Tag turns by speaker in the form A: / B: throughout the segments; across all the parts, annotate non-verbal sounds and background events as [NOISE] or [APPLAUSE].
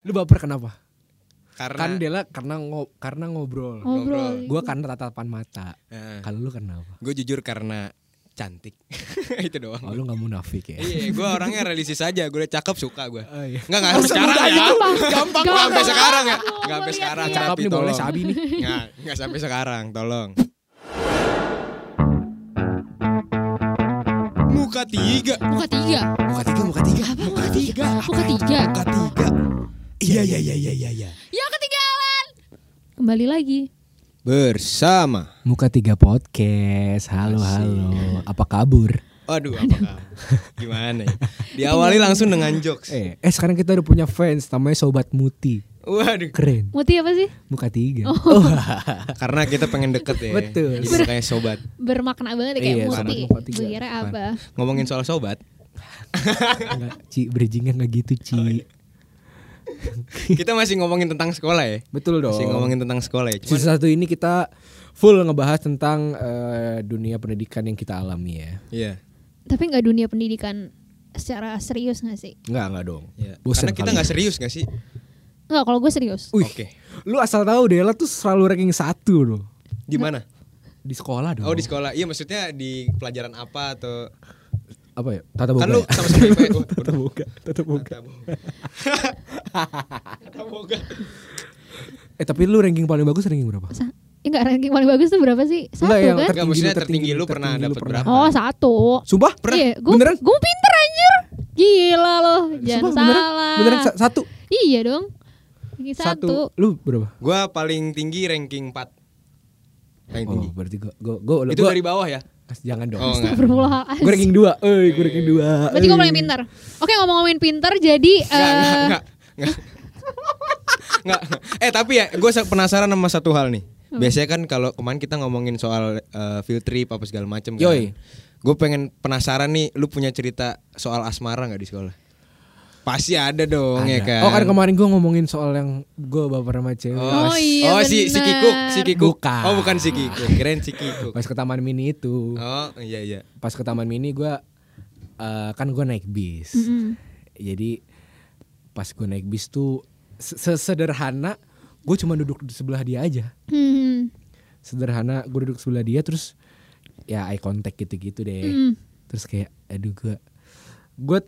A: Lu baper kenapa?
B: Karena
A: Kan Dela karena ngo- karena ngobrol.
B: Ngobrol.
C: Ngobrol.
A: Gua karena tatapan mata.
B: Heeh.
A: Kalau lu kenapa?
B: gue Eh, jujur karena cantik. [LAUGHS] itu doang.
A: Oh, lu nggak munafik ya?
B: Iya, gue orangnya realistis aja. Gue udah cakep suka gue.
A: Oh, iya.
B: Enggak enggak sekarang
C: Semudah
B: ya.
C: itu, Bang.
B: [LAUGHS] Gampang
C: Gampang.
B: nggak sampai sekarang ya.
C: Gua
B: Enggak sampai
C: lihat
B: sekarang.
C: dia.
A: Cakep
B: tapi
A: nih boleh
B: tolong.
A: sabi nih.
B: Nggak, nggak sampai sekarang, tolong. Muka tiga.
C: Muka tiga.
A: Muka tiga, muka tiga.
C: Apa
A: Muka tiga.
C: Muka tiga.
A: Muka tiga. Iya, iya, iya, iya, iya, iya.
C: Yang Ya, ketinggalan. Kembali lagi.
B: Bersama.
A: Muka tiga podcast. Halo, halo. Apa kabur?
B: Aduh, apa
A: [LAUGHS]
B: kabar? Gimana ya? Diawali langsung dengan jokes.
A: Eh, eh sekarang kita udah punya fans namanya Sobat Muti. [LAUGHS]
B: Waduh,
A: Keren.
C: Muti apa sih?
A: Muka tiga. Oh. [LAUGHS]
B: karena kita pengen deket ya.
A: Betul.
B: Jadi makanya sobat.
C: Bermakna banget ya, kayak
A: Iya,
C: Muti.
A: sama muka tiga.
C: Gue kira apa?
B: Ngomongin soal sobat,
A: Enggak, Ci, bridgingnya enggak gitu, Ci. [LAUGHS]
B: kita masih ngomongin tentang sekolah ya.
A: Betul
B: Masih ngomongin tentang sekolah ya. Cuman,
A: Season satu ini kita full ngebahas tentang eh, dunia pendidikan yang kita alami ya.
B: iya.
C: Tapi nggak dunia pendidikan secara serius nggak sih?
A: Enggak, enggak dong.
B: Iya.
A: Bosen
B: Karena kita
A: kali. ya.
B: nggak serius nggak sih?
C: Nggak, kalau gue serius.
A: Wih,
B: Oke.
A: lu asal tahu Dela tuh selalu ranking satu loh.
B: Di mana?
A: Di sekolah dong.
B: Oh di sekolah. Iya maksudnya di pelajaran apa atau?
A: Apa ya? Tata boga.
B: Kan lu
A: ya? [LAUGHS]
B: sama sama IPS. Oh,
A: Tata boga, tata boga.
B: Kata boga.
A: Eh, tapi lu ranking paling bagus ranking berapa?
C: Sa- Ya nggak ranking paling bagus tuh berapa sih? Satu
A: Enggak, yang
C: kan?
A: tertinggi,
B: Enggak, maksudnya
A: lu
B: tertinggi lu pernah
A: tertinggi lu
B: dapet
A: pernah.
B: berapa?
C: Oh satu.
A: Sumpah?
C: Iya, gua,
A: Beneran?
C: Gue pinter anjir. Gila loh, jangan
A: Sumpah, beneran?
C: salah.
A: Beneran sa- Nah. satu.
C: Iya dong. Ini satu.
A: Lu berapa?
B: Gua paling tinggi ranking 4 Paling
A: Oh,
B: tinggi.
A: berarti gua gua gua, gua
B: Itu dari bawah ya?
A: jangan dong.
B: Oh enggak.
C: Astagfirullahaladzim.
A: Gue ranking 2. Eh, gue ranking 2.
C: Berarti gue paling pintar. Oke ngomong-ngomongin pintar, jadi
B: Enggak, enggak,
C: eh,
B: enggak, enggak. Enggak. Eh tapi ya, gue penasaran sama satu hal nih. Biasanya kan kalau kemarin kita ngomongin soal eh, field trip apa segala macem kan.
A: Yoi.
B: Gue pengen penasaran nih, lu punya cerita soal asmara nggak di sekolah? Pasti ada dong ya kan.
A: Oh kan kemarin gue ngomongin soal yang gue baper sama cewek
C: Oh, iya,
B: oh si si Kikuk, si Kikuk.
A: Bukan.
B: Oh bukan si Kikuk, keren si Kikuk.
A: Pas ke taman mini itu
B: iya. Oh iya iya.
A: Pas ke taman mini gue eh, Kan gue naik bis
C: Mm-mm.
A: Jadi Pas gue naik bis tuh se- Sesederhana Gue cuma duduk di sebelah dia aja
C: hmm,
A: Sederhana gue duduk sebelah dia terus Ya eye contact gitu-gitu deh
C: Mm.
A: Terus kayak aduh gue Gue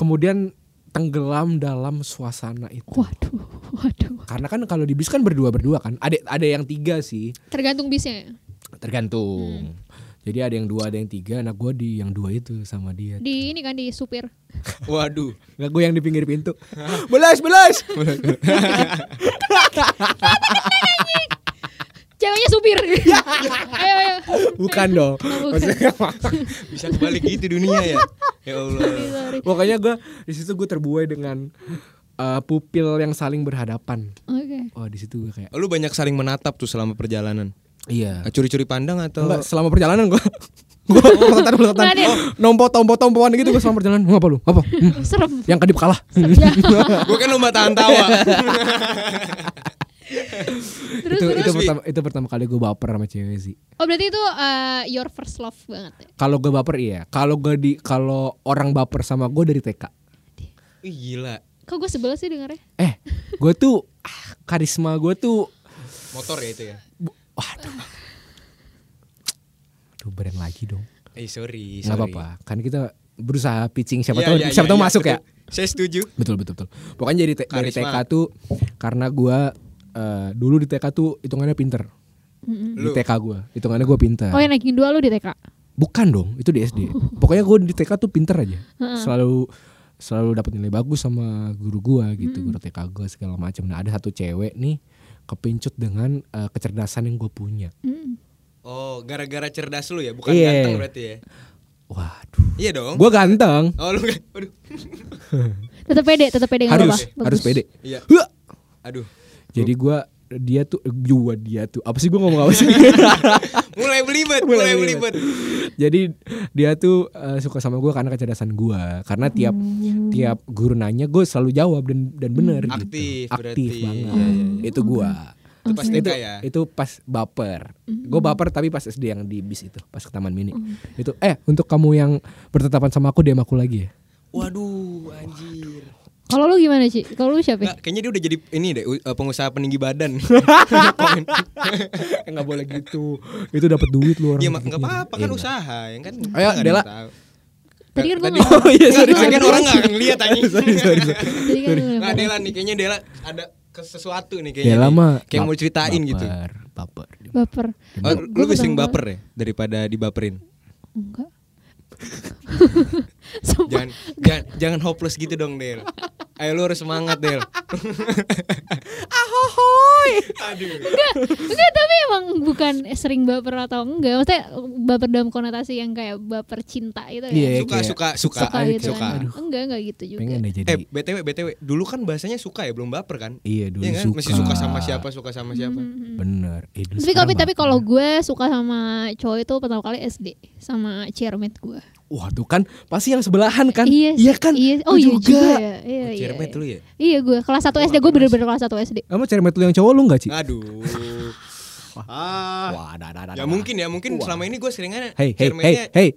A: kemudian tenggelam dalam suasana itu
C: waduh, waduh.
A: Karena kan kalau di bis kan berdua-berdua kan. Ada ada yang tiga sih,
C: Tergantung bisnya. ya? Hmm.
A: tergantung. Jadi ada yang dua, ada yang tiga. Nah gue di yang dua itu sama dia.
C: Di ini kan di supir.
B: Waduh.
A: Nggak gue yang di pinggir pintu. [LAUGHS] belas, belas.
C: [LAUGHS] Ceweknya supir. ayo ayo. Oh,
A: Bukan dong. Maksudnya,
B: Bisa kebalik gitu dunia ya. Ya Allah.
C: Sorry.
A: Pokoknya gue di situ gue terbuai dengan eh, pupil yang saling berhadapan.
C: Oke.
A: Oh di situ gue kayak
B: Lu banyak saling menatap tuh selama perjalanan.
A: iya.
B: Curi-curi pandang atau
A: Enggak, selama perjalanan [LAUGHS] gue gue
C: [LAUGHS]
A: uletan uletan
C: Nggak ada. ya?
A: nompo tompo tompoan gitu gue selama perjalanan "Hmm, apa lu apa Hmm,
C: Serem.
A: yang kedip kalah Hmm.
B: Gue kan lomba tahan tawa.
C: Terus
A: itu itu
B: Bi.
A: pertama itu pertama kali gue baper sama cewek sih
C: Oh berarti itu eh, your first love banget. ya?
A: Kalau gue baper iya. Kalau gue di kalau orang baper sama gue dari TK.
B: [LAUGHS] Ih, gila.
C: Kok gue sebel sih dengarnya?
A: Eh, gue tuh ah, karisma gue tuh
B: Motor ya itu ya.
A: waduh. Aduh, brand lagi dong.
B: Eh sorry,
A: Enggak
B: sorry.
A: apa-apa. Kan kita berusaha pitching siapa
B: Iya,
A: tahu
B: iya,
A: siapa
B: iya,
A: tahu
B: iya,
A: masuk ya.
B: betul. Saya setuju.
A: Betul betul betul. Pokoknya jadi te- dari TK
B: Karisma.
A: tuh karena gue eh, dulu di TK tuh hitungannya pinter. Di
B: Lu
A: TK gue, hitungannya gue pinter.
C: Oh yang naikin dua lu di TK.
A: Bukan dong, itu di
C: [LAUGHS]
A: SD. Pokoknya gue di TK tuh pinter aja. Selalu selalu dapat nilai bagus sama guru gua gitu, guru TK gua segala macam. Nah, ada satu cewek nih kepincut dengan eh, kecerdasan yang gue punya.
C: Mm.
B: Oh, gara-gara cerdas lu ya, bukan
A: Iya.
B: ganteng berarti ya.
A: Waduh.
B: Iya dong.
A: Gua ganteng.
B: Oh, lu ga- Aduh.
C: Tetap pede, tetap pede nggak apa-apa.
A: harus harus
C: Bagus.
A: pede.
B: Iya.
A: Hua! [LAUGHS]
B: Aduh.
A: Jadi gua dia tuh eh, gua dia tuh apa sih gua ngomong apa sih?
C: [LAUGHS]
B: Mulai belibet,
A: Mulai
B: mulai belibet.
A: [LAUGHS] Jadi dia tuh eh, suka sama gua karena kecerdasan gua. Karena tiap
B: Hmm, iya.
A: tiap guru nanya gue selalu jawab dan dan benar gitu.
B: Aktif
A: Aktif
B: berarti.
A: banget.
B: Iya, iya,
A: Itu gua.
B: Itu pas TK
A: itu,
B: ya.
A: itu pas baper.
B: Hmm.
A: Gue baper tapi pas SD yang di bis itu, pas ke Taman Mini. Itu
B: [LAUGHS]
A: eh untuk kamu yang bertetapan sama aku DM aku lagi ya.
B: Waduh, anjir.
C: Kalau lu gimana sih? Kalau lu siapa?
B: Nggak, kayaknya dia udah jadi ini deh u- eh, pengusaha peninggi
A: [LAUGHS]
B: badan.
A: Enggak boleh gitu. Itu dapat duit lu orang.
B: Iya, nggak
A: Iya.
B: apa-apa kan usaha, ya kan.
A: Ayo, Dela.
C: Tadi kan gua
B: Tadi-
C: nggak.
A: Oh iya,
B: [LAUGHS] Sorry,
A: sorry, sorry.
C: Tadi gua
B: kan
C: nggak-
B: orang nggak akan ngeliat tadi.
A: [LAUGHS] Sorry, sorry, sorry.
C: Tadi kan lu
B: Nggak
C: nggak-
B: Dela nih, kayaknya Dela ada ke sesuatu nih kayaknya.
A: Dela
B: nih.
A: mah
B: Iya, kayak mau
A: bap-
B: ceritain gitu.
A: Baper, baper.
C: baper.
B: Oh,
C: Gua- gua
B: lu lebih sering
C: pertama-
B: baper ya daripada dibaperin.
C: Enggak. Sumpah.
B: Jangan jangan jangan hopeless gitu dong, Del. Ayo lu harus semangat,
C: [LAUGHS]
B: Del.
C: Ahoy.
B: Aduh.
C: Enggak, enggak tapi emang bukan sering baper atau enggak. Maksudnya baper dalam konotasi yang kayak baper cinta gitu
A: Iya,
C: ya.
B: Suka
A: kayak-
B: suka suka.
C: Suka gitu
B: suka.
C: kan. Enggak, enggak gitu juga.
A: Pengen deh jadi.
B: Eh, BTW BTW, dulu kan bahasanya suka ya, belum baper kan?
A: iya dulu
B: Iya kan?
A: suka.
B: Masih suka sama siapa, suka sama siapa.
C: Hmm,
A: Bener. Eh, dulu
C: Mhm. Tapi
A: sekarang
C: tapi, tapi
A: baper.
C: kalau gue suka sama cowok itu pertama kali SD sama cheermate gue.
A: Wah tuh kan pasti yang sebelahan kan?
C: Iya,
A: Iya kan?
C: Iya. Oh
A: Lu
C: iya juga. ya. Iya, iya,
B: Cermet
C: iya.
B: lu ya?
C: Iya gue kelas 1 SD gue bener-bener kelas 1 SD.
A: Kamu cari metal yang cowok lu gak Ci? [LAUGHS]
B: Aduh. Ah.
A: Wah, ada, ada, ada.
B: Ya mungkin ya, mungkin selama ini gue seringan
A: Hey, hey, hey,
B: cermetnya-
A: hey.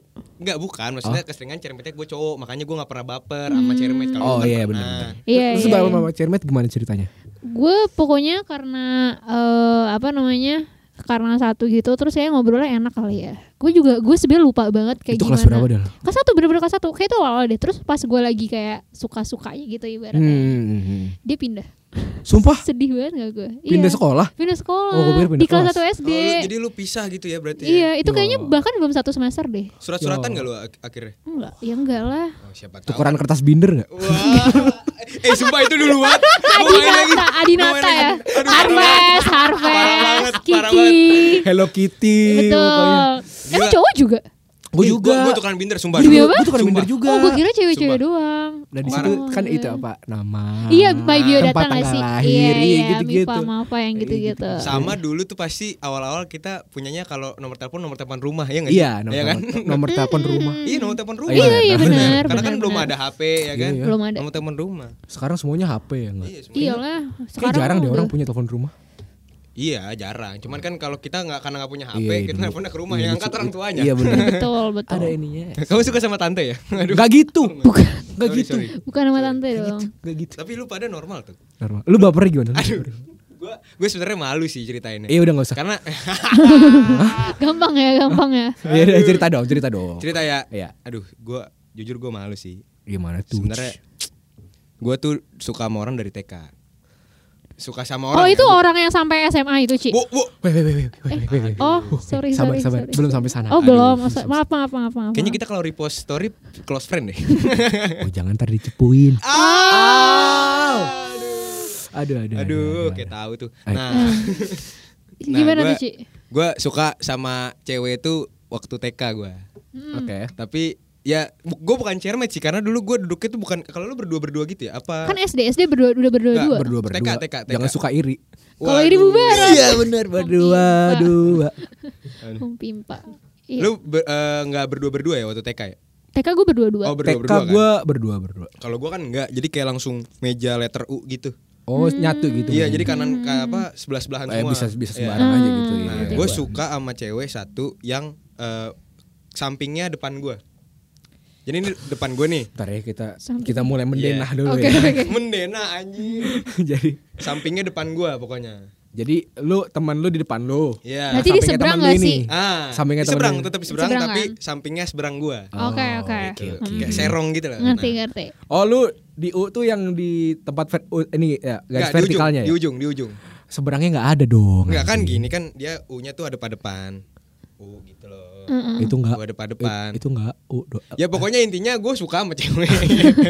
B: Enggak bukan, maksudnya keseringan cermetnya gue cowok, makanya gue gak pernah baper sama
C: Hmm.
B: cermet kalau
A: Oh
B: lu kan
A: iya
B: pernah.
A: benar.
C: Iya,
A: Terus
C: iya,
A: bawa
C: iya.
A: mama cermet gimana ceritanya?
C: Gue pokoknya karena eh, apa namanya? Karena satu gitu terus saya ngobrolnya enak kali ya. Gue juga gue sebenarnya lupa banget kayak
A: itu
C: gimana.
A: kelas berapa Del?
C: Kelas satu bener-bener kelas satu Kayak itu awal deh Terus pas gue lagi kayak Suka-sukanya gitu ibaratnya
A: Hmm.
C: Dia pindah
A: Sumpah
C: Sedih banget gak gue Iya.
A: pindah sekolah.
C: Pindah sekolah
A: Oh, gua pikir pindah
C: Di
A: kelas.
C: kelas 1 SD
B: Oh, lu- jadi lu pisah gitu ya berarti. ya?
C: Iya itu kayaknya
A: Yo.
C: bahkan belum satu semester deh
B: Surat-suratan
A: Yo.
B: gak lu ak- akhirnya?
C: Enggak Ya enggak lah
B: Oh, siapa tahu.
A: Tukeran kertas binder nggak? [LAUGHS]
B: Wah. eh, sumpah itu dulu banget. Mau main lagi.
C: Adinata Adinata ya Harvest Harvest
B: Parah banget, Iya, parah
C: Kiki
A: Hello Kitty.
C: Betul Emang
B: Gila.
C: cowok juga?
A: Gue
B: Ih,
A: juga.
B: Eh, Gua, gua tukeran binder sumpah.
C: Demi
B: dulu.
C: apa?
A: Gue tukeran
B: Sumpah.
A: binder juga.
C: Oh gue kira cewek-cewek
B: Sumpah.
C: doang
A: Dan di
B: Oh,
A: situ
C: parah.
A: kan itu apa nama?
C: Iya by bio
A: tempat
C: datang gak
A: tanggal
C: sih?
A: lahir, iya gitu-gitu.
C: Mipa, Mafa yang
A: Iya,
C: gitu-gitu
B: Sama dulu tuh pasti awal-awal kita punyanya kalau nomor telepon nomor telepon rumah ya nggak sih?
A: Iya, nomor,
B: Iya kan?
A: nomor, nomor telepon rumah.
B: [LAUGHS] Iya nomor telepon rumah.
A: Iya, iya,
B: Bener.
C: benar,
B: Karena kan
C: benar,
B: belum
C: benar.
B: ada HP ya
A: Iya,
B: kan?
A: iya.
C: Belum ada
B: Nomor telepon rumah.
A: Sekarang semuanya HP ya nggak?
B: Iya, semuanya.
C: Iya lah
A: Kayak
C: Sekarang
A: jarang deh orang
C: udah-
A: punya telepon rumah.
B: Iya, jarang. Cuman kan kalau kita nggak karena nggak punya HP,
A: Iya,
B: kita
A: dulu.
B: nelponnya ke rumah
A: Iya,
B: yang
A: lucu.
B: angkat orang tuanya.
A: Iya benar.
C: Betul betul
A: Ada ininya.
B: [LAUGHS] Kamu suka sama tante ya? Aduh.
A: Gak gitu.
C: Bukan
A: Gak
B: Sorry,
A: gitu.
B: sorry.
C: bukan sama tante dong
A: Gak gitu.
B: Tapi lu pada normal tuh. [LAUGHS]
A: Normal. Lu bapernya gimana? Lu
B: Aduh.
A: baper.
B: Gua gue sebenarnya malu sih ceritainnya.
A: Iya udah gak usah.
B: Karena
C: Gampang ya gampang ya
A: Iya udah, cerita dong, cerita dong.
B: [LAUGHS] cerita ya.
A: Iya.
B: Aduh, gua jujur gua malu sih.
A: Gimana tuh?
B: Sebenarnya gua tuh suka sama orang dari TK. Suka sama orang.
C: Oh itu
B: ya.
C: orang yang sampai SMA itu Ci
B: Bu, bu.
A: Weh, weh, weh, weh, weh, weh, weh.
C: Oh sorry
A: Sabar,
C: sorry,
A: sabar.
C: sorry.
A: Belum sampai sana.
C: Oh
A: Aduh.
C: belum Oh, sorry. Maaf maaf maaf maaf
B: Kayaknya kita kalau repost story close friend
C: [LAUGHS]
B: deh.
A: Oh, jangan ntar dicepuin.
B: Ah.
A: Aduh, aduh.
B: Aduh, kayak tahu tuh.
A: Ayo.
B: Nah, Nah,
C: [LAUGHS] Gimana tuh
B: gua-
C: Ci
B: gue suka sama cewek itu waktu TK gue
C: Hmm.
A: Oke.
B: tapi ya gue bukan cermet sih karena dulu gue duduknya tuh bukan kalau lu berdua berdua gitu ya apa
C: Kan SD SD berdua udah berdua
B: Nggak,
C: dua
A: Berdua berdua.
B: TK, TK.
A: Jangan suka iri.
C: Kalau ini
B: Waduh.
C: bubar
A: Iya benar berdua dua.
C: Om Pimpa Iya.
B: lu ber- eh, nggak berdua berdua ya waktu TK ya
C: TK gue berdua dua
B: oh berdua
A: TK
B: berdua kan
A: gue berdua berdua.
B: kalau gue kan nggak jadi kayak langsung meja letter U gitu
A: Oh nyatu
C: Hmm.
A: gitu.
B: iya jadi kanan ke apa sebelah sebelahan
A: Eh,
B: semua
A: bisa bisa
B: Iya.
A: sembarang aja gitu.
B: nah, gue suka sama cewek satu yang eh, sampingnya depan gue jadi ini depan gue nih
A: Ntar ya kita
C: Sampai-
A: kita mulai
B: Iya.
A: mendenah dulu
C: Oke
A: ya.
C: [LAUGHS] oke
B: mendena anjing
A: [LAUGHS] jadi
B: sampingnya depan gue pokoknya
A: jadi lu teman lu di depan lu.
B: Iya.
C: Berarti di
A: Sampingnya
C: seberang
A: temen lu
C: gak
A: ini.
C: sih
B: Ah,
A: Sampingnya Oh,
B: di
A: temen
B: seberang,
A: lu.
B: tetap di seberang,
C: Seberang
B: tapi
C: kan?
B: sampingnya seberang gua.
C: Oke oke Hmm.
B: Gitu. Kayak serong gitu lah.
C: Ngerti
B: Nah,
C: ngerti
A: Oh lu di U tuh yang di tempat ver- U- ini ya, garis
B: nggak, di ujung,
A: vertikalnya
B: Di
A: ya.
B: ujung, di ujung.
A: Seberangnya nggak ada dong.
B: Enggak kan
A: anjing.
B: gini kan dia U-nya tuh ada pada depan. U gitu loh.
A: Itu nggak.
B: U ada pada depan.
A: Itu nggak U. do-
B: Ya pokoknya intinya gue suka sama
A: [LAUGHS]
B: cewek. Iya kan?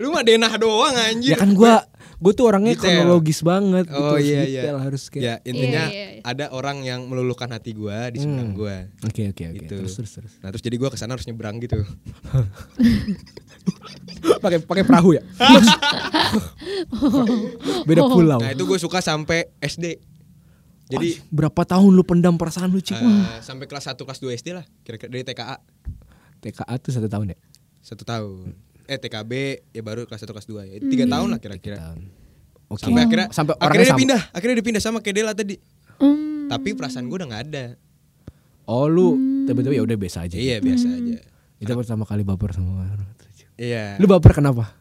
B: Lu mah denah doang anjir.
A: Ya kan gua gua tuh orangnya
B: Detail.
A: kronologis banget
B: Oh
A: gitu,
B: iya iya.
A: detail harus kayak.
B: Ya intinya
C: Iya, iya, iya.
B: ada orang yang meluluhkan hati gua di seberang gua.
A: Oke Hmm. oke oke.
B: Gitu.
A: Terus terus [LAUGHS] terus.
B: Nah terus jadi gua kesana harus nyebrang gitu.
A: Pakai pakai perahu
C: [LAUGHS]
A: ya. Beda pulau.
B: Nah itu gue suka sampai SD. Jadi
A: Wah, berapa tahun lu pendam perasaan lu, Cik?
B: eh, sampai kelas 1 kelas 2 SD lah kira-kira dari TKA
A: TKA tuh satu tahun ya?
B: satu tahun eh TKB ya baru kelas 1 kelas 2 ya tiga tahun lah kira-kira
A: Hmm. Tahun. Oke.
B: sampai akhirnya
A: sampai
B: akhirnya
A: orangnya
B: dia
A: sama.
B: pindah akhirnya dia pindah sama kayak Dela tadi
C: Hmm,
B: tapi perasaan gue udah nggak ada
A: Oh, lu tiba-tiba ya udah biasa aja.
B: iya biasa aja
A: Itu pertama kali baper sama orang.
B: iya
A: Lu baper kenapa?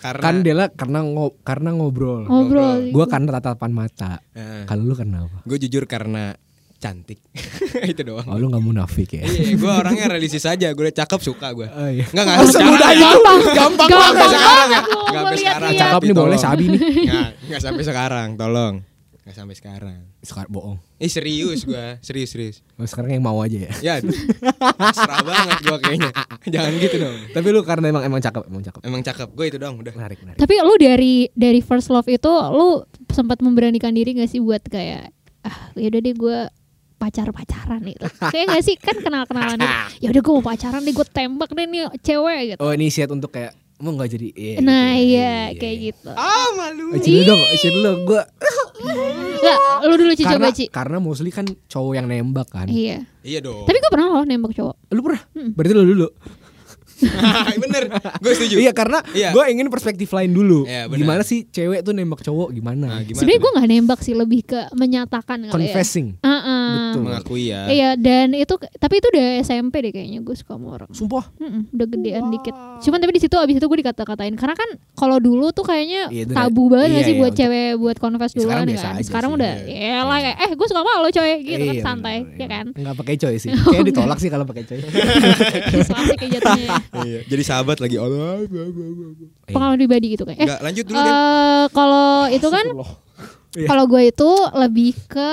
B: Karena
A: kan Dela karena ngo- karena ngobrol.
C: ngobrol.
A: Gue karena tatapan mata.
B: Eh,
A: Kalau lu kenapa?
B: gue jujur karena cantik. [LAUGHS] Itu doang.
A: Oh lu nggak munafik ya?
B: Iya, gue orangnya realistis aja. Gue cakep suka gue.
A: [LAUGHS] Oh, iya.
B: Enggak enggak
A: Oh, semudah itu.
B: Gampang,
C: Gampang
B: banget ya. sekarang ya.
C: banget,
B: Enggak sampai
C: gua
B: sekarang.
C: lihat-lihat.
A: Cakep nih boleh
B: tolong.
A: sabi
B: [LAUGHS]
A: nih.
B: Enggak, enggak sampai sekarang, tolong. Enggak sampai sekarang.
A: Sekarang bohong.
B: Ih Eh, serius gua, serius serius.
A: Lu sekarang yang mau
B: [LAUGHS]
A: aja ya.
B: Ya, serah banget gua kayaknya. Jangan gitu dong.
A: Tapi lu karena emang emang cakep, emang cakep.
B: Emang cakep, gue itu dong udah.
A: Menarik, menarik.
C: Tapi lu dari dari first love itu lu sempat memberanikan diri gak sih buat kayak ah ya udah deh gue pacar-pacaran gitu. Kayak gak sih kan kenal-kenalan gitu. Ya udah gue mau pacaran deh gue tembak deh nih cewek gitu.
A: Oh, ini siat untuk kayak mau nggak jadi iya,
C: nah,
A: gitu.
C: iya kayak gitu.
B: Ah,
A: Eh,
B: malu.
A: Cium dulu dong, cium dulu gue
C: Enggak, lu dulu Ci,
A: karena
C: coba Ci.
A: karena mostly kan cowok yang nembak kan.
C: Iya. Hmm.
B: Iya dong.
C: Tapi gue pernah loh nembak cowok.
A: Lu pernah? Berarti lu dulu.
B: [LAUGHS] Bener, gue setuju.
A: Iya karena
B: Iya.
A: gue ingin perspektif lain dulu.
B: Iya, benar.
A: gimana sih cewek tuh nembak cowok gimana?
B: Nah, gimana
C: Sebenarnya
B: tuh?
C: gue nggak nembak sih, lebih ke menyatakan kali ya.
A: Confessing.
C: Heeh.
A: Betul.
B: Mengakui ya.
C: Iya, dan itu tapi itu udah SMP deh kayaknya gue suka sama orang.
A: Sumpah.
C: Mm-mm, udah gedean dikit. Cuman tapi di situ abis itu gue dikata-katain karena kan kalau dulu tuh kayaknya
A: Iya, itu
C: tabu banget
A: iya,
C: gak sih
A: iya,
C: buat
A: untuk-
C: cewek buat confess
A: Ya, sekarang
C: duluan
A: biasa
C: kan.
A: aja
C: Sekarang
A: sih,
C: udah ya lah kayak eh gue suka sama lo coy gitu kan
A: Iya,
C: santai
A: benar,
C: ya
A: iya.
C: kan.
A: Nggak pakai coy
C: [LAUGHS]
A: sih. Kayak ditolak sih kalau pakai coy.
C: Klasik kayak
A: [LAUGHS]
C: jatuhnya. ya.
B: Iya, Jadi sahabat lagi. Allah.
C: Pengalaman pribadi gitu kayak. Eh
B: Enggak, lanjut dulu deh.
C: eh, kalau itu kan
A: Iya.
C: kalau gue itu lebih ke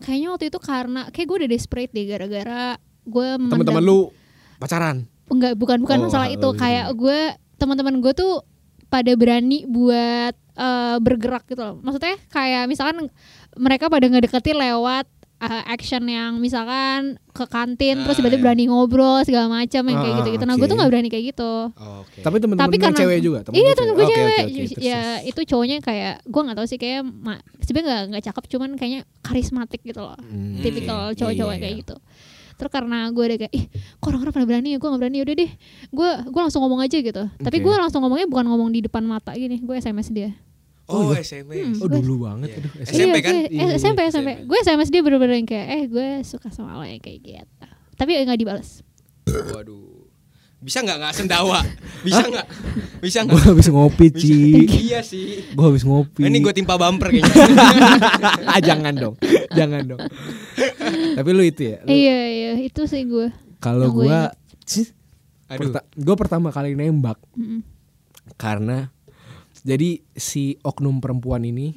C: kayaknya waktu itu karena kayak gue udah desperate deh gara-gara gue
A: Teman-teman lu pacaran.
C: Enggak, bukan bukan
A: Oh,
C: masalah
A: hal-
C: itu. Kayak gue teman-teman gue tuh pada berani buat eh, bergerak gitu loh. Maksudnya kayak misalkan mereka pada ngedeketin lewat eh, action yang misalkan ke kantin terus
B: Ah,
C: tiba-tiba
B: iya.
C: berani ngobrol segala macam yang kayak
A: Ah,
C: gitu-gitu. Nah, gue tuh
A: oke.
C: nggak berani kayak gitu.
B: Oke.
A: Tapi teman-teman
C: Tapi
A: lu
C: karena
A: cewek juga. temen
C: iya
A: lu
C: temen gue
A: Oke, oke,
C: cewek.
A: oke, terus,
C: ya
A: terus.
C: itu cowoknya kayak gue nggak tahu sih kayak ma- sebenarnya nggak nggak cakep cuman kayaknya karismatik gitu loh
A: Hmm,
C: tipikal
A: iya,
C: cowok-cowok
A: iya,
C: kayak
A: iya.
C: gitu terus karena gue ada kayak ih kok orang-orang pada berani ya gue gak berani udah deh gue gue langsung ngomong aja gitu tapi
A: Oke.
C: gue langsung ngomongnya bukan ngomong di depan mata gini gue sms dia
B: Oh, SMS.
A: Oh dulu banget
B: Iya.
A: aduh.
B: Eh, SMP
C: Iya,
B: kan?
C: gue- eh,
A: Iya,
C: SMP
B: iya,
C: SMP
B: SMP.
C: gue sms dia bener-bener yang kayak eh gue suka sama lo yang kayak gitu tapi nggak dibales
B: Waduh. Bisa nggak nggak sendawa? Bisa nggak? Bisa
A: Gue
B: nggak?
A: habis ngopi, Ci.
B: iya sih.
A: Gue habis ngopi.
B: Ini gue timpa bumper kayaknya.
A: [LAUGHS] ah, jangan dong. jangan
C: [LAUGHS]
A: dong. Tapi lu itu ya. lu-
C: iya iya itu sih gue
A: Kalau
C: Yang gue
A: gua
B: Aduh.
A: gue pertama kali nembak
C: Mm-mm.
A: karena jadi si oknum perempuan ini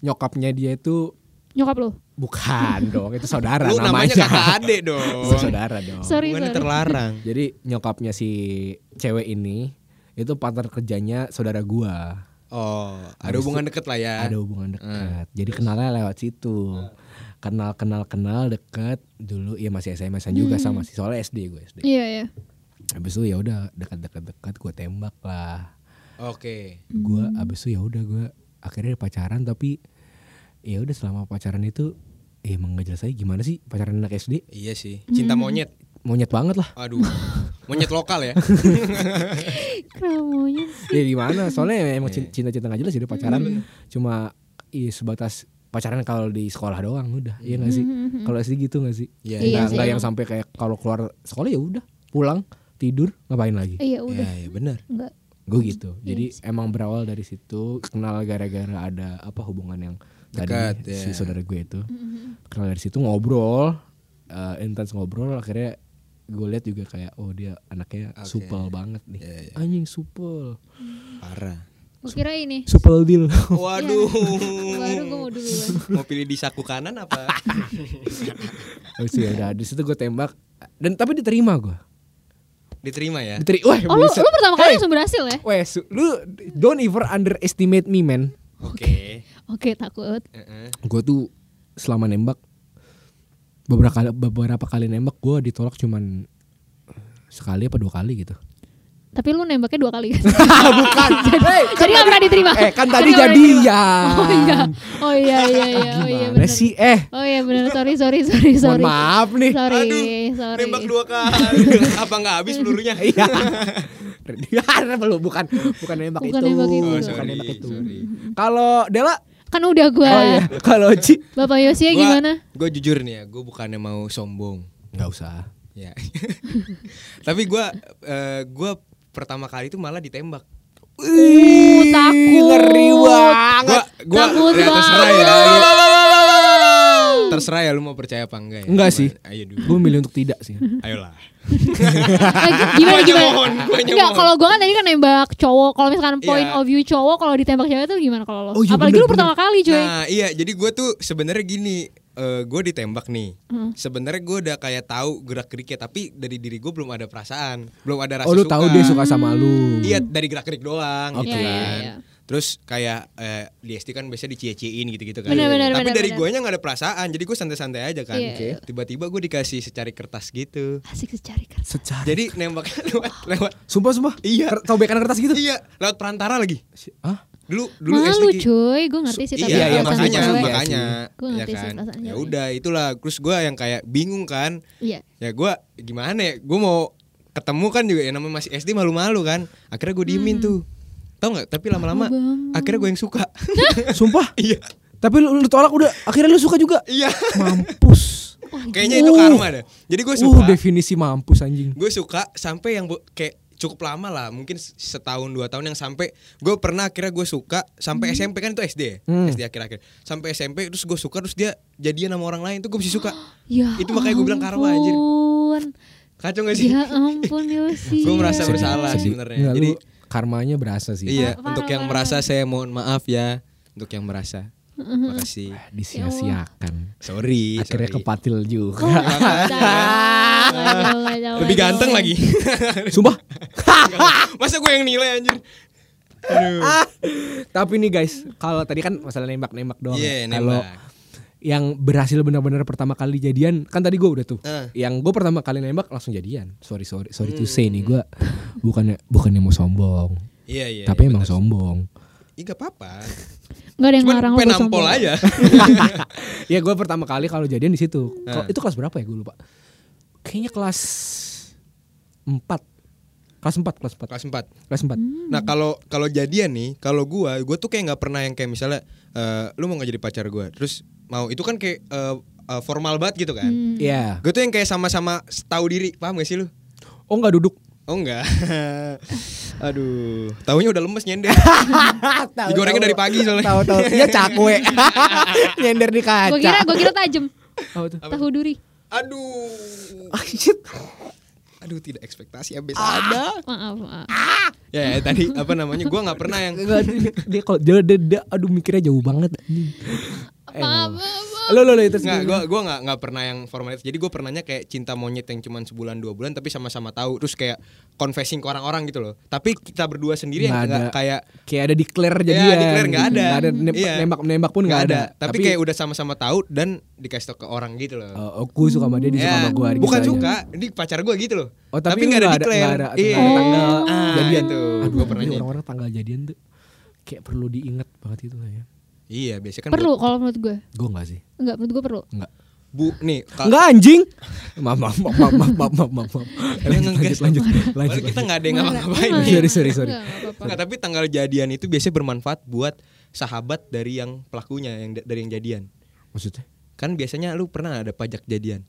A: nyokapnya dia itu
C: nyokap lo [LAUGHS]
A: bukan dong itu saudara
B: Lu namanya kakak
A: [LAUGHS]
B: adik
A: Itu
B: dong.
A: saudara dong.
C: sorry
B: Bukan
C: sorry
B: terlarang.
A: Jadi nyokapnya si cewek ini itu partner kerjanya saudara gua.
B: Oh, ada
A: Habis
B: hubungan deket lah ya.
A: Ada hubungan dekat. Jadi kenalnya lewat situ.
B: Eh.
A: Kenal kenal kenal dekat dulu ya masih SMS-an juga
C: Mm.
A: sama si soalnya SD gue SD.
C: iya iya
A: Habis itu ya udah dekat-dekat dekat gua tembak lah.
B: Oke.
A: Gua
C: Hmm.
A: abis itu ya udah gua akhirnya pacaran tapi ya udah selama pacaran itu eh, emang gak jelas aja gimana sih pacaran anak SD
B: Iya sih. Cinta monyet.
A: monyet banget lah [LAUGHS]
B: Aduh. Monyet lokal ya.
C: kenapa maunya
A: ya gimana soalnya emang cin- cinta-cinta gak jelas jadi pacaran cuma iya, sebatas pacaran kalau di sekolah doang udah iya gak sih kalau SD gitu gak sih
B: [LAUGHS]
A: Nggak-
B: Iya,
C: Hmm. iya sih,
A: nggak
C: emang.
A: yang sampai kayak kalau keluar sekolah ya udah pulang tidur ngapain lagi
C: iya udah
B: Iya, ya, benar.
C: enggak
A: gue
B: Oh,
A: gitu
B: iya
A: jadi emang berawal dari situ kenal gara-gara ada apa hubungan yang
B: Dekat,
A: tadi si
B: ya.
A: saudara gue itu kenal dari situ ngobrol eh, intens ngobrol akhirnya gue lihat juga kayak oh dia anaknya
B: Oke.
A: supel banget nih
B: Iya, iya.
A: anjing supel
B: Parah.
C: gue kira ini
A: supel
B: [LAUGHS]
A: deal
B: Waduh.
C: baru gue mau duluan
A: [LAUGHS]
B: Mau pilih di saku kanan [LAUGHS] apa?
A: Habis itu ya udah di situ gue tembak dan tapi diterima gue
B: Diterima ya.
A: diterima wah
C: oh lu
A: buset.
C: lu pertama kali
A: Hey,
C: langsung berhasil ya
A: weh, su- lu don't ever underestimate me man
B: Oke.
C: oke takut
B: Heeh.
A: gue tuh selama nembak beberapa kali beberapa kali nembak gue ditolak cuman sekali apa dua kali gitu
C: tapi lu nembaknya dua
A: [LAUGHS]
C: kali kan
A: bukan hey,
C: [LAUGHS] jadi nggak pernah diterima
A: [LAUGHS] eh kan tadi
C: Jadi nggak pernah
A: jadian
C: Oh iya, oh iya iya iya, oh iya
A: gimana
C: benar.
A: sih eh
C: Oh iya benar, sorry sorry sorry
A: mohon
C: sorry.
A: maaf nih [LAUGHS]
C: Sorry
B: Aduh,
C: sorry.
B: Nembak dua [LAUGHS] kali. apa nggak habis [LAUGHS] pelurunya?
A: iya Dia belum bukan bukan nembak
C: Bukan
A: itu,
C: nembak itu.
B: Oh,
A: bukan
B: sorry,
A: nembak itu.
B: sorry.
A: Kalau Dela,
C: Kan udah gua.
A: oh iya, kalau Ci
C: Bapak Yosia
A: [LAUGHS]
C: gimana?
B: Gue jujur nih ya, gue bukannya mau sombong.
A: nggak usah.
B: [LAUGHS] Ya. Tapi gue, eh, gue pertama kali itu malah ditembak.
A: Ih,
C: takut.
A: Ngeri
B: Gua
A: banget.
B: gua
C: Takut
B: ya, terserah ya.
C: banget. Hmm.
B: lu- Terserah ya lu mau percaya apa enggak ya.
A: Enggak
B: Cuman,
A: sih.
B: Ayo dulu.
A: Gue milih untuk tidak sih.
B: Ayolah.
C: Eh,
B: Gua
C: gimana gimana?
B: nyemohon, gua
C: Enggak,
B: nyemohon.
C: kalau gue kan tadi kan nembak cowok. Kalau misalkan point
B: Iya.
C: of view cowok, kalau ditembak cewek tuh gimana kalau lo?
A: Oh, iya,
C: Apalagi
A: bener,
C: lu pertama kali, cuy.
B: Nah iya jadi gue tuh sebenarnya gini eh gue ditembak nih
C: Hmm.
B: sebenarnya gue udah kayak tahu gerak geriknya tapi dari diri gue belum ada perasaan belum ada rasa
A: Oh lu
B: suka
A: tahu dia suka sama lu.
B: iya dari gerak gerik doang
A: Oke.
B: gitu
C: Iya, iya,
B: kan
C: iya.
B: terus kayak eh, di SD kan biasanya dicie-ciein gitu-gitu kan
C: Benar, benar,
B: tapi
C: benar,
B: dari
C: benar.
B: gue nya nggak ada perasaan jadi gue santai-santai aja kan
C: Iya. Oke.
B: tiba-tiba gue dikasih secari kertas gitu
C: Asik secari kan.
A: Secara.
B: jadi nembak [LAUGHS] lewat lewat
A: Sumpah sumpah.
B: Iya.
A: Ker- Tobekan kertas gitu.
B: iya lewat perantara lagi
A: Hah?
B: dulu dulu
C: Malu,
B: SD
C: cuy. Gue ngerti sih tapi
B: iya, iya,
C: perasaan
B: makanya
A: cewek.
B: makanya
C: Gua
B: ya
C: ngerti sih
B: kan ya
C: perasaan cewek.
B: udah itulah terus gue yang kayak bingung kan
C: Iya.
B: ya gue gimana ya gue mau ketemu kan juga ya namanya masih SD malu-malu kan akhirnya gue diemin tuh tau nggak tapi lama-lama
C: Hmm. banget.
B: akhirnya gue yang
C: [LAUGHS]
B: suka
A: Sumpah.
B: iya
A: Tapi lu, lu tolak udah akhirnya lu suka juga.
B: iya
A: Mampus.
C: Oh,
B: kayaknya
C: Uh.
B: itu karma dah jadi gue
A: Uh,
B: suka
A: definisi mampus anjing.
B: gue suka sampai yang bu- kayak cukup lama lah mungkin setahun dua tahun yang sampai gue pernah akhirnya gue suka sampai SMP kan itu SD ya?
A: Hmm.
B: SD akhir-akhir sampai SMP terus gue suka terus dia jadian sama orang lain tuh gue bisa
C: [GASPS]
B: suka
C: Ya
B: Itu makanya gua bilang karma, anjir.
C: ampun.
B: kacau gak sih
C: Ya ampun, Yosi.
B: Gua merasa
A: Sedih-
B: bersalah sih
A: sedih.
B: sebenarnya.
A: Nggak,
B: Jadi-
A: lu karmanya berasa sih.
B: Iya,
C: Parah,
B: untuk yang
C: parah. Mm-hmm.
B: merasa saya mohon maaf ya. Untuk yang merasa. Makasih.
A: Disia-siakan.
B: Sorry.
A: Akhirnya
B: Iya, sorry. Iya.
A: kepatil juga.
C: Oh,
B: Lebih
C: iya,
B: ganteng lagi.
A: [LAUGHS] Sumpah.
B: [LAUGHS] Masa gue yang nilai anjir?
A: [LAUGHS] Tapi nih guys, kalau tadi kan masalah nembak-nembak doang. ya.
B: Iya, nembak.
A: Kalau yang berhasil benar-benar pertama kali jadian, kan tadi gue udah tuh.
B: Eh.
A: Yang gue pertama kali nembak langsung jadian. Sorry sorry sorry to say
B: Hmm.
A: nih gue bukannya bukannya mau sombong,
B: Iya, iya.
A: tapi
B: iya,
A: emang
B: bener.
A: sombong.
B: Ih, nggak apa-apa.
C: Enggak ada yang
B: Cuman
C: larang lu
B: pengen
C: buat
B: nampol
C: sombong.
B: aja.
A: [LAUGHS] ya gue pertama kali kalau jadian di situ. Ko-
B: Eh.
A: Itu kelas berapa ya gue lupa. Kayaknya kelas 4 kelas 4 kelas 4
B: Kelas 4.
A: kelas 4
B: Nah, kalau kalau jadian nih, kalau gua gua tuh kayak nggak pernah yang kayak misalnya eh, lu mau nggak jadi pacar gua. Terus mau itu kan kayak eh, eh, formal banget gitu kan.
C: Hmm.
A: Iya.
B: Gue tuh yang kayak sama-sama tahu diri, paham gak sih lu?
A: Oh nggak duduk.
B: Oh enggak. [LAUGHS] Aduh, tahunya udah lemes
A: [LAUGHS]
B: nyender. Ah, Digorengnya dari pagi soalnya.
A: Tahu tahu. Iya
B: [LAUGHS]
A: cakwe. Nyender di kaca.
C: Gue kira gue kira tajem.
A: Apa tuh?
C: Tahu duri.
B: Aduh.
A: Ah, shit.
B: Aduh, tidak ekspektasi habis
A: Ah.
B: ada.
C: Maaf, maaf.
B: Ya, ya,
A: [LAUGHS]
B: tadi apa namanya? Gua nggak pernah yang
A: Nggak, dia- dia kalau dia, dia, dia, aduh mikirnya jauh banget. Eh,
C: Maaf,
A: nggak apa-apa.
C: maaf.
A: Lo lo lo itu
B: Nggak, gua gua nggak nggak pernah yang formal Jadi gua pernahnya kayak cinta monyet yang cuman sebulan dua bulan tapi sama-sama tahu terus kayak confessing ke orang-orang gitu loh. Tapi kita berdua sendiri yang
A: Nggak ada.
B: nggak kayak
A: kayak ada declare jadi ya.
B: Iya, declare nggak ada.
A: nembak,
B: Iya.
A: nembak nembak pun nggak ada.
B: Tapi, kayak udah sama-sama tahu dan dikasih tau ke orang gitu loh.
A: eh, aku suka sama dia, dia suka
B: Ya,
A: sama gua. gitu
B: bukan
A: aja.
B: suka, ini pacar gua gitu loh.
A: Oh, tapi
B: nggak ada
A: nggak ada-
B: declare.
A: nggak ada-
B: Iya.
A: nggak ada tanggal
B: Ah,
A: jadian.
B: itu.
A: Aduh,
B: Gua
A: tapi
B: pernah
A: orang-orang tanggal jadian tuh kayak perlu diingat banget itu lah ya.
B: Iya, biasanya kan
C: Perlu
B: buat-
C: kalau menurut gue.
A: Gue nggak sih.
C: Enggak, menurut gue perlu.
A: Enggak.
B: Bu, nih, kalau
A: Enggak anjing. Maaf maaf maaf maaf maaf maaf maaf. maaf,
B: [LAUGHS]
A: maaf.
B: Dia
A: Lanjut
B: ngegas.
A: lanjut lanjut.
B: Padahal
A: lanjut.
B: kita nggak ada yang ngapa-ngapain.
C: Marah.
A: Sorry sorry sorry.
C: Enggak, enggak apa-apa.
B: Nggak, tapi tanggal jadian itu biasanya bermanfaat buat sahabat dari yang pelakunya, yang da- dari yang jadian.
A: Maksudnya?
B: Kan biasanya lu pernah ada pajak jadian.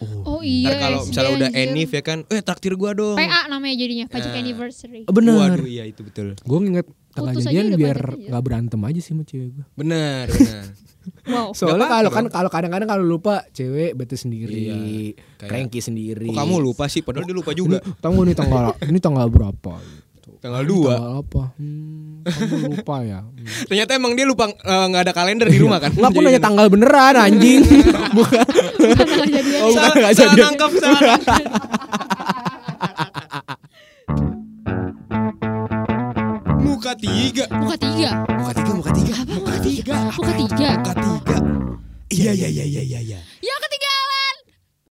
A: Oh.
C: Oh iya.
B: Ntar kalau
C: SD,
B: misalnya udah
C: anjir.
B: enif ya kan, eh traktir gua dong.
C: PA namanya jadinya, pajak
B: Nah.
C: anniversary.
A: Oh, Bener.
B: Waduh, iya itu betul.
A: Gue nginget tanggal
C: Putus aja
A: jadian
C: udah
A: biar
C: pajak aja.
A: nggak berantem aja sih sama cewek gue.
B: Benar, benar.
A: [LAUGHS]
C: Wow.
A: Soalnya
B: Oh, apa-apa
A: kalau
B: dong.
A: kan kalau kadang-kadang kalau lupa cewek bete sendiri,
B: Iya, kayak,
A: cranky sendiri.
B: Kok kamu lupa sih, padahal dia lupa juga.
A: Ini, tunggu nih tanggal
B: [LAUGHS]
A: ini tanggal berapa? Gitu.
B: Tanggal dua.
A: Tanggal apa? Hmm, kamu lupa ya. Hmm.
B: Ternyata emang dia lupa eh, nggak ada kalender di rumah kan?
A: Enggak Iya. aku
B: Jadi
A: nanya
B: ingat.
A: tanggal beneran
B: [LAUGHS]
A: anjing. Bukan.
C: Tanggal jadian.
A: Oh, bukan
B: Eh, Salah-
A: nggak
B: salah
A: jadi.
B: nangkep, salah nangkep. Muka tiga.
C: Muka tiga.
B: Muka tiga, muka tiga.
C: Apa muka tiga? Ya, Muka tiga.
B: Muka tiga. Iya, iya, iya, iya, iya. iya.